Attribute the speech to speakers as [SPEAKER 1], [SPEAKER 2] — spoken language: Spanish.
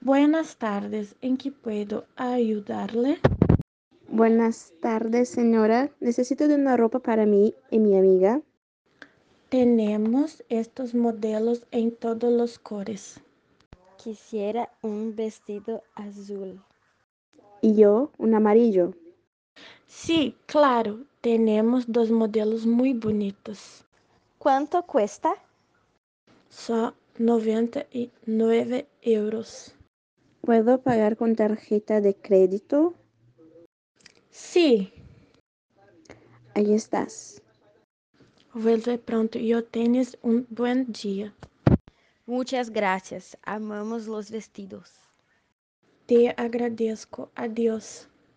[SPEAKER 1] Buenas tardes, ¿en qué puedo ayudarle?
[SPEAKER 2] Buenas tardes, señora. Necesito de una ropa para mí y mi amiga.
[SPEAKER 1] Tenemos estos modelos en todos los cores.
[SPEAKER 3] Quisiera un vestido azul.
[SPEAKER 2] Y yo, un amarillo.
[SPEAKER 1] Sí, claro, tenemos dos modelos muy bonitos.
[SPEAKER 3] ¿Cuánto cuesta?
[SPEAKER 1] Son 99 euros.
[SPEAKER 2] ¿Puedo pagar con tarjeta de crédito?
[SPEAKER 1] Sí,
[SPEAKER 2] Ahí estás.
[SPEAKER 1] vuelve pronto y tienes un buen día.
[SPEAKER 3] Muchas gracias. Amamos los vestidos.
[SPEAKER 1] Te agradezco. Adiós.